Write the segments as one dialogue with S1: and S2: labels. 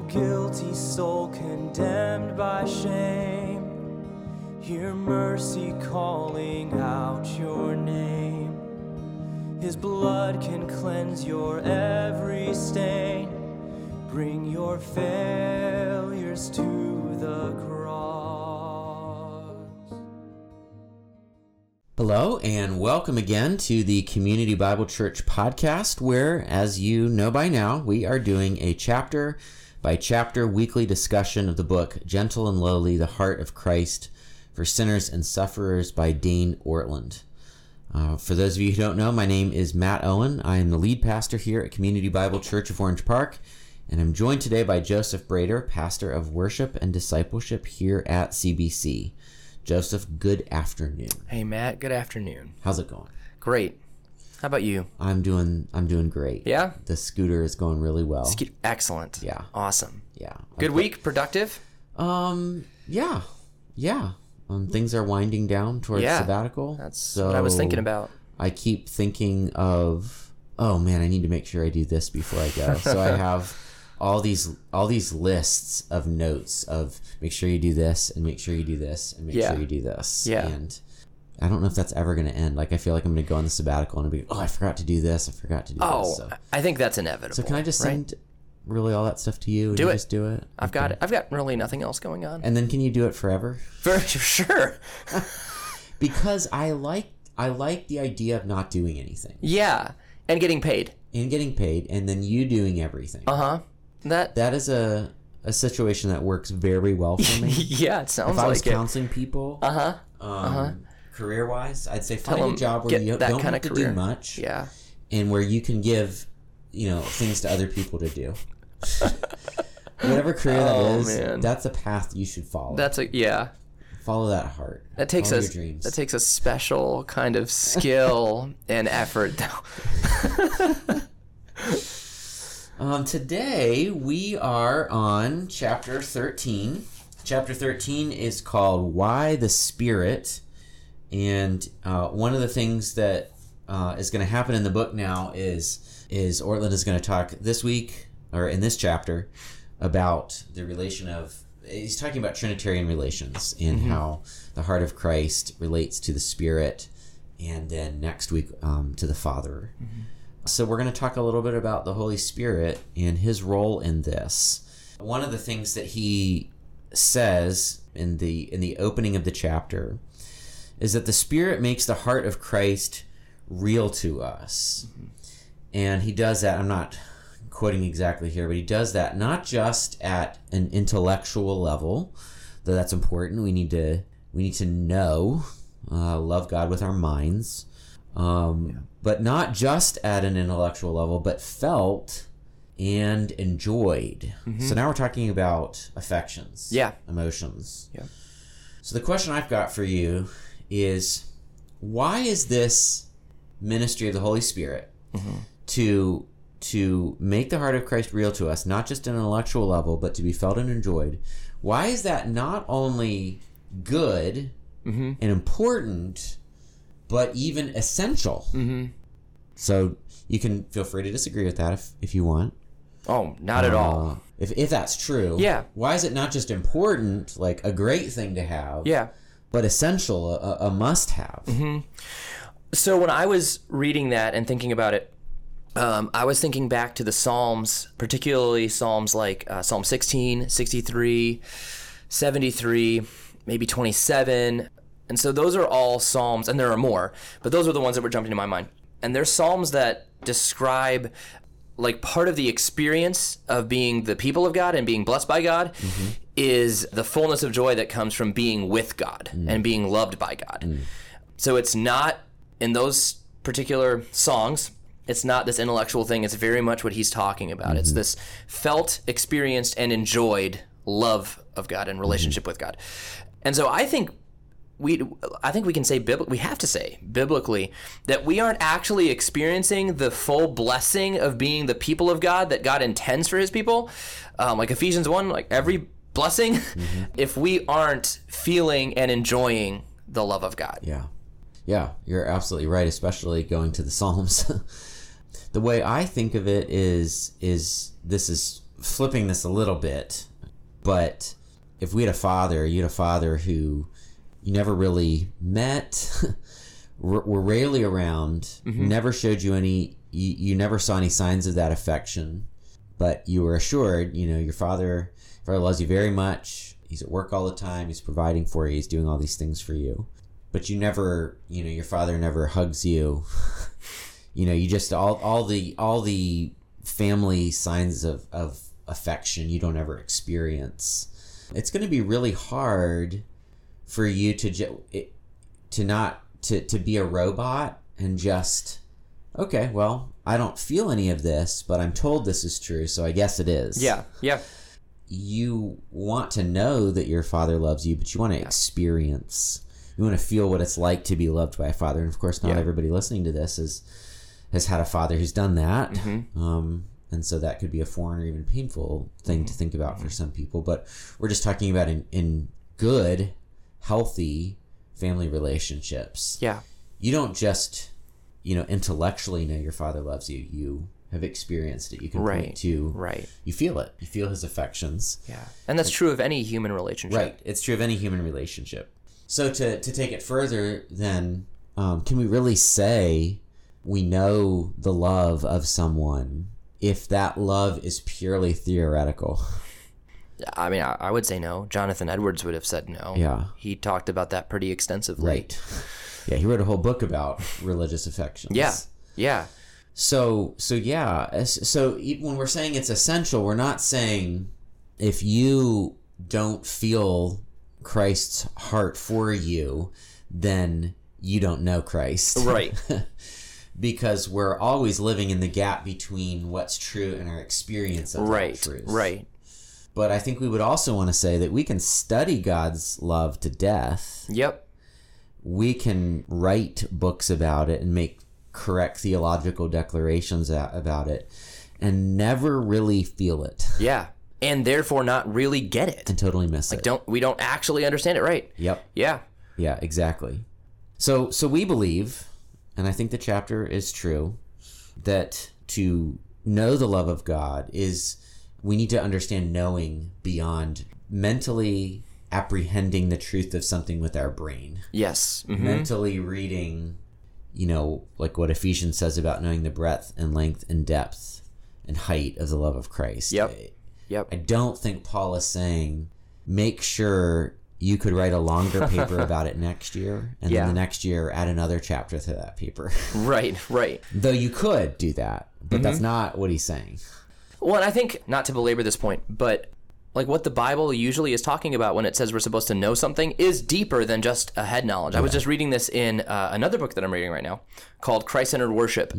S1: guilty soul condemned by shame. Hear mercy calling out your name. His blood can cleanse your every stain. Bring your failures to the cross.
S2: Hello, and welcome again to the Community Bible Church podcast, where, as you know by now, we are doing a chapter by chapter weekly discussion of the book Gentle and Lowly The Heart of Christ for Sinners and Sufferers by Dane Ortland. Uh, for those of you who don't know, my name is Matt Owen. I am the lead pastor here at Community Bible Church of Orange Park, and I'm joined today by Joseph Brader, pastor of worship and discipleship here at CBC. Joseph, good afternoon.
S3: Hey Matt, good afternoon.
S2: How's it going?
S3: Great. How about you?
S2: I'm doing I'm doing great.
S3: Yeah?
S2: The scooter is going really well.
S3: Ske- Excellent.
S2: Yeah.
S3: Awesome.
S2: yeah.
S3: Good week, productive?
S2: Um yeah. Yeah. Um things are winding down towards
S3: Yeah.
S2: sabbatical.
S3: That's what I was thinking about.
S2: I keep thinking of oh man, I need to make sure I do this before I go. so I have all these all these lists of notes of make sure you do this and make sure you do this and make
S3: Yeah.
S2: sure you do this.
S3: Yeah.
S2: And I don't know if that's ever going to end. Like I feel like I'm going to go on the sabbatical and be oh I forgot to do this, I forgot to do
S3: Oh,
S2: this. So.
S3: I think that's inevitable.
S2: So can I just
S3: right?
S2: send really all that stuff to you? And
S3: Do
S2: you
S3: it.
S2: Just do it.
S3: I've got I've got really nothing else going on.
S2: And then can you do it forever?
S3: For sure.
S2: Because I like I like the idea of not doing anything
S3: Yeah. And getting paid.
S2: and getting paid, and then you doing everything.
S3: Uh-huh. That
S2: That is a a situation that works very well for me.
S3: yeah, it sounds
S2: if I was
S3: like it. Uh-huh.
S2: counseling people, uh huh, um, career wise, I'd say find a
S3: 'em,
S2: job where
S3: get
S2: you
S3: that
S2: don't
S3: kinda
S2: have to do
S3: career.
S2: much,
S3: Yeah.
S2: and where you can give you know things to other people to do. Whatever career that
S3: Oh,
S2: is,
S3: man.
S2: that's a path you should follow.
S3: That's a yeah.
S2: follow that heart.
S3: That takes
S2: follow
S3: a
S2: your dreams.
S3: that takes a special kind of skill and effort though.
S2: Um, today we are on chapter 13. Chapter 13 is called Why the Spirit. And uh, one of the things that uh, is going to happen in the book now is is Ortland is going to talk this week or in this chapter about the relation of he's talking about Trinitarian relations and
S3: Mm-hmm.
S2: how the heart of Christ relates to the Spirit, and then next week um, to the Father. So we're going to talk a little bit about the Holy Spirit and his role in this. One of the things that he says in the in the opening of the chapter is that the Spirit makes the heart of Christ real to us. And he does that, I'm not quoting exactly here, but he does that not just at an intellectual level, though that's important. We need to we need to know, uh, love God with our minds, um, but not just at an intellectual level, but felt and enjoyed. So now we're talking about affections,
S3: Mm-hmm. Yeah.
S2: emotions,
S3: Yeah.
S2: so the question I've got for you is why is this ministry of the Holy Spirit to to make the heart of Christ real to us, not just an intellectual level, but to be felt and enjoyed? Why is that not only good
S3: Mm-hmm.
S2: and important, but even essential? Mm-hmm. So you can feel free to disagree with that if, if you want.
S3: Oh, not at all.
S2: Uh, if, if that's true,
S3: Yeah.
S2: Why is it not just important, like a great thing to have?
S3: Yeah. Mm-hmm.
S2: but essential, a, a must have.
S3: So when I was reading that and thinking about it, um, I was thinking back to the Psalms, particularly Psalms like uh, Psalm 16, 63, 73, maybe 27. And so those are all Psalms, and there are more, but those are the ones that were jumping to my mind. And they're Psalms that describe like part of the experience of being the people of God and being blessed by God is the fullness of joy that comes from being with God and being loved by God. So it's not in those particular songs. It's not this intellectual thing. It's very much what he's talking about. It's this felt, experienced, and enjoyed love of God and relationship with God. And so I think we, I think we can say bibli- we have to say biblically that we aren't actually experiencing the full blessing of being the people of God that God intends for His people. Um, like Ephesians one, like every blessing, if we aren't feeling and enjoying the love of God.
S2: Yeah. Yeah, you're absolutely right, especially going to the Psalms. the way I think of it is is this is flipping this a little bit But if we had a father, you had a father who you never really met, were, were rarely around, never showed you any, you, you never saw any signs of that affection, but you were assured, you know, your father, father loves you very much. He's at work all the time. He's providing for you. He's doing all these things for you. But you never, you know, your father never hugs you. you know, you just all all the all the family signs of of affection you don't ever experience. It's going to be really hard for you to ju- it, to not to to be a robot and just okay, well, I don't feel any of this, but I'm told this is true, so I guess it is.
S3: Yeah. Yeah.
S2: You want to know that your father loves you, but you want to experience. You want to feel what it's like to be loved by a father, and of course, not
S3: Yeah.
S2: everybody listening to this is has had a father who's done that.
S3: Mm-hmm.
S2: Um, and so that could be a foreign or even painful thing to think about
S3: Mm-hmm.
S2: for some people. But we're just talking about in, in good, healthy family relationships
S3: Yeah.
S2: you don't just you know intellectually know your father loves you you have experienced it you can
S3: Right,
S2: point to
S3: right.
S2: you feel it you feel his affections
S3: Yeah. And that's true of any human relationship.
S2: right it's true of any human relationship so to to take it further then um, can we really say we know the love of someone if that love is purely theoretical
S3: I mean, I, I would say no. Jonathan Edwards would have said no.
S2: Yeah.
S3: He talked about that pretty extensively.
S2: right yeah he wrote a whole book about religious affections
S3: Yeah. Yeah.
S2: So so yeah, as- so e- when we're saying it's essential, we're not saying if you don't feel Christ's heart for you, then you don't know Christ.
S3: Right.
S2: because we're always living in the gap between what's true and our experience of that
S3: right.
S2: truth.
S3: Right.
S2: But I think we would also want to say that we can study God's love to death
S3: Yep.
S2: we can write books about it and make correct theological declarations a- about it and never really feel it
S3: Yeah. And therefore not really get it.
S2: and totally miss it.
S3: Don't we don't actually understand it right.
S2: Yep.
S3: Yeah.
S2: Yeah, exactly. So so we believe and I think the chapter is true that to know the love of God is we need to understand knowing beyond mentally apprehending the truth of something with our brain.
S3: Yes. Mhm.
S2: mentally reading, you know, like what Ephesians says about knowing the breadth and length and depth and height of the love of Christ.
S3: Yep.
S2: I-
S3: Yep.
S2: I don't think Paul is saying make sure you could write a longer paper about it next year and
S3: Yeah.
S2: then the next year add another chapter to that paper.
S3: Right. Right.
S2: Though you could do that, but
S3: Mm-hmm.
S2: that's not what he's saying.
S3: Well, and I think not to belabor this point, but like what the Bible usually is talking about when it says we're supposed to know something is deeper than just a head knowledge. I was just reading this in uh, another book that I'm reading right now called Christ Centered Worship.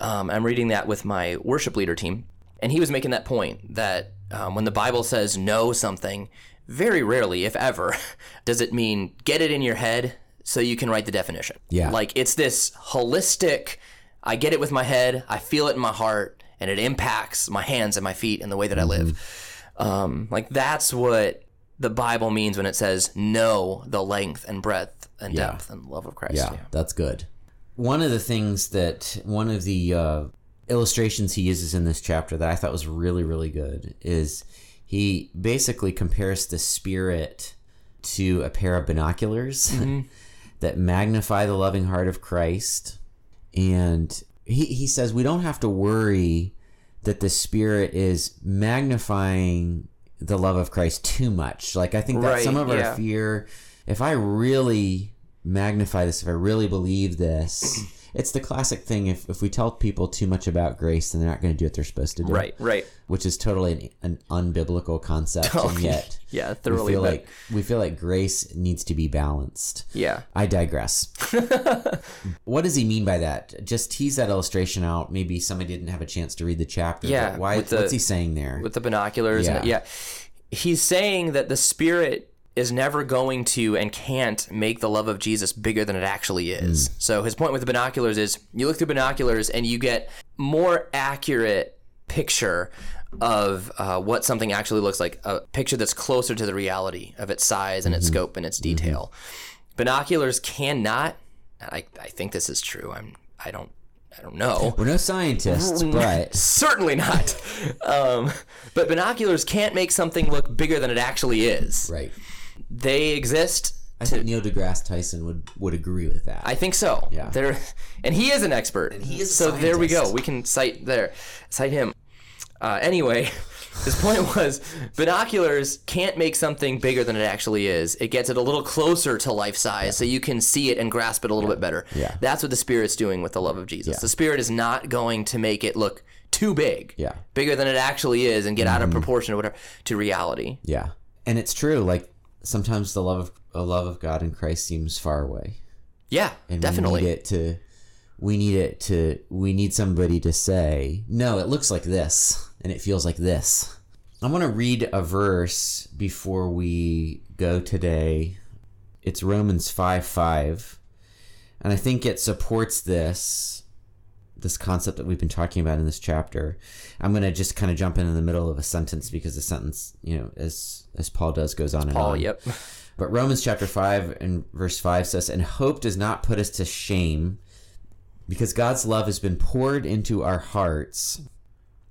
S3: Um, I'm reading that with my worship leader team, and he was making that point that um, when the Bible says know something, very rarely, if ever, does it mean get it in your head so you can write the definition.
S2: Yeah.
S3: Like it's this holistic, I get it with my head, I feel it in my heart, and it impacts my hands and my feet and the way that I live. Um, like that's what the Bible means when it says know the length and breadth and
S2: Yeah.
S3: depth and love of Christ.
S2: Yeah, that's good. One of the things that one of the uh, illustrations he uses in this chapter that I thought was really really good is he basically compares the spirit to a pair of binoculars
S3: Mm-hmm.
S2: that magnify the loving heart of Christ, and he he says we don't have to worry that the spirit is magnifying the love of Christ too much. Like I think that
S3: Right,
S2: some of
S3: yeah.
S2: our fear, if I really magnify this, if I really believe this, it's the classic thing. If if we tell people too much about grace, then they're not going to do what they're supposed to do.
S3: Right, right.
S2: Which is totally an, an unbiblical concept, and yet
S3: Oh, yeah,
S2: we
S3: thoroughly.
S2: feel
S3: but-
S2: like we feel like grace needs to be balanced.
S3: yeah.
S2: I digress. what does he mean by that? Just tease that illustration out. Maybe somebody didn't have a chance to read the chapter. but
S3: Yeah,
S2: Why?
S3: with the-
S2: what's he saying there?
S3: with the binoculars. Yeah. And,
S2: Yeah.
S3: yeah. He's saying that the spirit is never going to and can't make the love of Jesus bigger than it actually is. So his point with the binoculars is you look through binoculars and you get more accurate picture of uh, what something actually looks like, a picture that's closer to the reality of its size and its scope and its detail. Binoculars cannot. and I, I think this is true. I'm. I don't I don't know.
S2: We're no scientists, but
S3: Certainly not. um, but binoculars can't make something look bigger than it actually is.
S2: right.
S3: They exist.
S2: I think Neil deGrasse Tyson would would agree with that.
S3: I think so.
S2: Yeah.
S3: There, and he is an expert. And
S2: he is a
S3: so there we go.
S2: scientist.
S3: We can cite there, cite him. Uh, anyway, his point was binoculars can't make something bigger than it actually is. It gets it a little closer to life size, so you can see it and grasp it a little bit better.
S2: Yeah.
S3: That's what the spirit's doing with the love of Jesus. The spirit is not going to make it look too big.
S2: Yeah.
S3: Bigger than it actually is, and get out of proportion to whatever to reality.
S2: yeah, and it's true. Like sometimes the love of a love of God in Christ seems far away.
S3: Yeah,
S2: and
S3: definitely.
S2: we need it to we need it to we need somebody to say no it looks like this and it feels like this i'm going to read a verse before we go today it's romans 5 5 and i think it supports this this concept that we've been talking about in this chapter i'm going to just kind of jump in in the middle of a sentence because the sentence you know as as paul does goes on and
S3: Paul.
S2: on
S3: Oh, Yep.
S2: but Romans chapter 5 and verse 5 says, And hope does not put us to shame because God's love has been poured into our hearts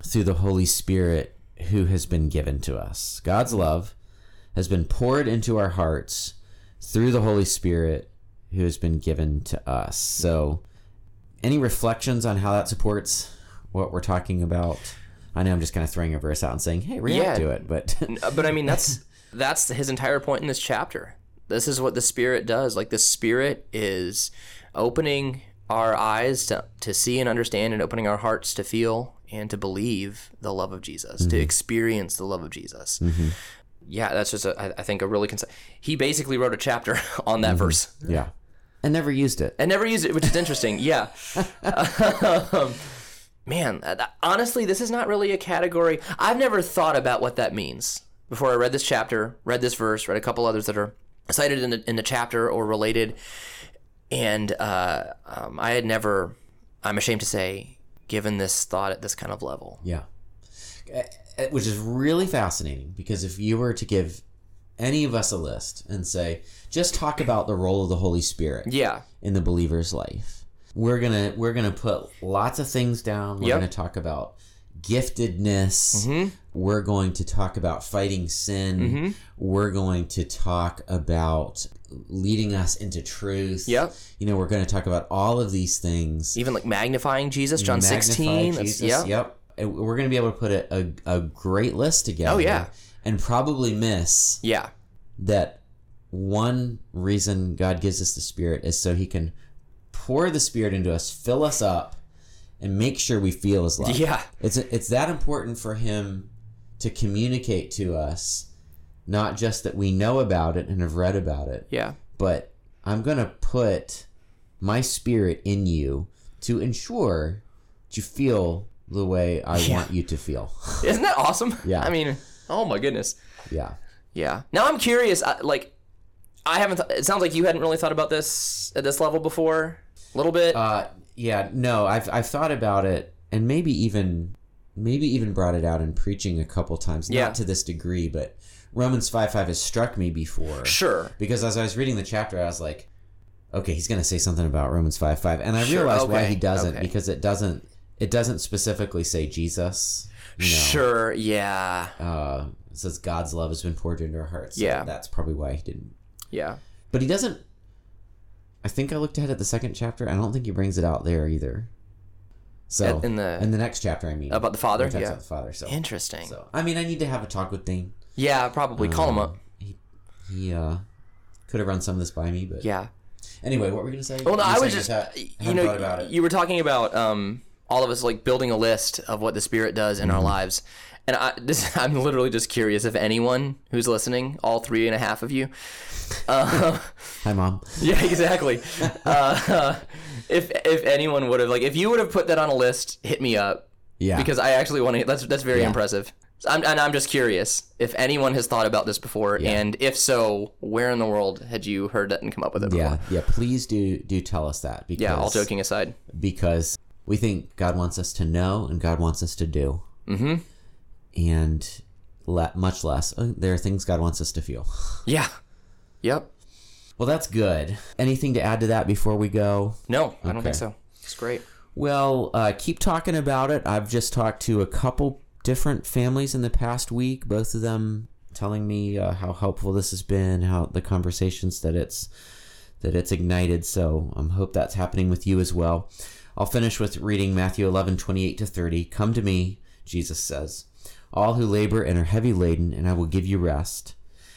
S2: through the Holy Spirit who has been given to us. God's love has been poured into our hearts through the Holy Spirit who has been given to us. So, any reflections on how that supports what we're talking about? I know I'm just kind of throwing a verse out and saying, hey,
S3: Yeah.
S2: react to it, but
S3: Uh, but I mean, that's that's his entire point in this chapter. This is what the Spirit does. Like the Spirit is opening our eyes to, to see and understand, and opening our hearts to feel and to believe the love of Jesus, to experience the love of Jesus. Yeah, that's just a, I, I think a really concise. He basically wrote a chapter on that verse
S2: yeah. I never used it.
S3: and never used it, which is interesting. yeah. Um, man, uh, that- honestly, this is not really a category. I've never thought about what that means before I read this chapter, read this verse, read a couple others that are cited in the, in the chapter or related. And uh, um, I had never, I'm ashamed to say, given this thought at this kind of level.
S2: Yeah. Uh, uh, Which is really fascinating because if you were to give any of us a list and say, just talk about the role of the Holy Spirit
S3: Yeah.
S2: in the believer's life, we're gonna we're gonna put lots of things down. We're
S3: Yep. Mm-hmm.
S2: gonna talk about giftedness. We're going to talk about fighting sin. We're going to talk about leading us into truth.
S3: Yep.
S2: You know, we're going to talk about all of these things
S3: Even like magnifying Jesus, John 16.
S2: magnify
S3: that's-
S2: Jesus. Yep. And We're going to be able to put a, a, a great list together.
S3: Oh, yeah.
S2: And probably miss
S3: Yeah.
S2: that one reason God gives us the Spirit is so He can pour the Spirit into us, fill us up, and make sure we feel His love.
S3: Yeah.
S2: It's, it's that important for Him to communicate to us, not just that we know about it and have read about it,
S3: Yeah.
S2: but I'm going to put my spirit in you to ensure that you feel the way I want you to feel.
S3: Isn't that awesome?
S2: Yeah.
S3: I mean, oh my goodness.
S2: yeah.
S3: Yeah. Now I'm curious. I, like, I haven't. Th- it sounds like you hadn't really thought about this at this level before. A little bit.
S2: Uh, yeah, no, I've, I've thought about it and maybe even maybe even brought it out in preaching a couple times, not
S3: Yeah.
S2: to this degree, but Romans 5 5 has struck me before.
S3: sure.
S2: Because as I was reading the chapter, I was like, okay, he's going to say something about Romans 5 5. And I
S3: Sure,
S2: realized why
S3: okay,
S2: he doesn't,
S3: okay.
S2: because it doesn't. It doesn't specifically say Jesus. you know.
S3: Sure. Yeah.
S2: uh, it says God's love has been poured into our hearts. So
S3: Yeah.
S2: that's probably why he didn't.
S3: Yeah.
S2: But he doesn't. I think I looked ahead at the second chapter. I don't think he brings it out there either. So
S3: At- in the-
S2: in the next chapter, I mean
S3: About the father?
S2: he talks
S3: Yeah.
S2: about the father. So
S3: Interesting.
S2: so I mean, I need to have a talk with Dean.
S3: yeah. Probably call him
S2: Um,
S3: up.
S2: He uh, could have run some of this by me, but
S3: Yeah.
S2: anyway, what were we gonna say?
S3: Well, no,
S2: You were
S3: I was
S2: saying
S3: just.
S2: that-
S3: you
S2: hadn't
S3: know,
S2: thought about it.
S3: you were talking about um, all of us like building a list of what the Spirit does in
S2: Mm-hmm.
S3: our lives, and I, this, I'm literally just curious if anyone who's listening, all three and a half of you, uh,
S2: Hi, mom.
S3: Yeah, exactly. uh, if if anyone would have like if you would have put that on a list, hit me up
S2: Yeah,
S3: because I actually want to. That's that's very impressive. So I'm, and I'm just curious if anyone has thought about this before, and if so, where in the world had you heard that and come up with it? Before?
S2: yeah, yeah. Please do do tell us that because
S3: Yeah. All joking aside.
S2: because we think God wants us to know and God wants us to do. Mm-hmm. And le- much less, uh, there are things God wants us to feel.
S3: Yeah. Yep.
S2: Well, that's good. Anything to add to that before we go?
S3: No, I don't
S2: Okay.
S3: think so. It's great.
S2: Well, uh, keep talking about it. I've just talked to a couple different families in the past week, both of them telling me uh, how helpful this has been, how the conversations that it's that it's ignited. So I um, hope that's happening with you as well. I'll finish with reading Matthew 11, 28 to 30. Come to me, Jesus says, all who labor and are heavy laden, and I will give you rest.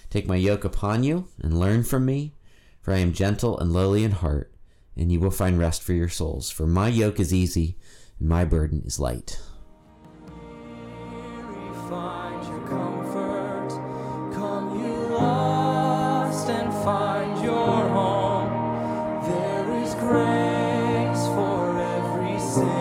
S2: Take my yoke upon you and learn from me, for I am gentle and lowly in heart, and you will find rest for your souls. For my yoke is easy and my burden is light.
S1: Find your comfort. Come, you lost, and find your home. There is grace for every sin.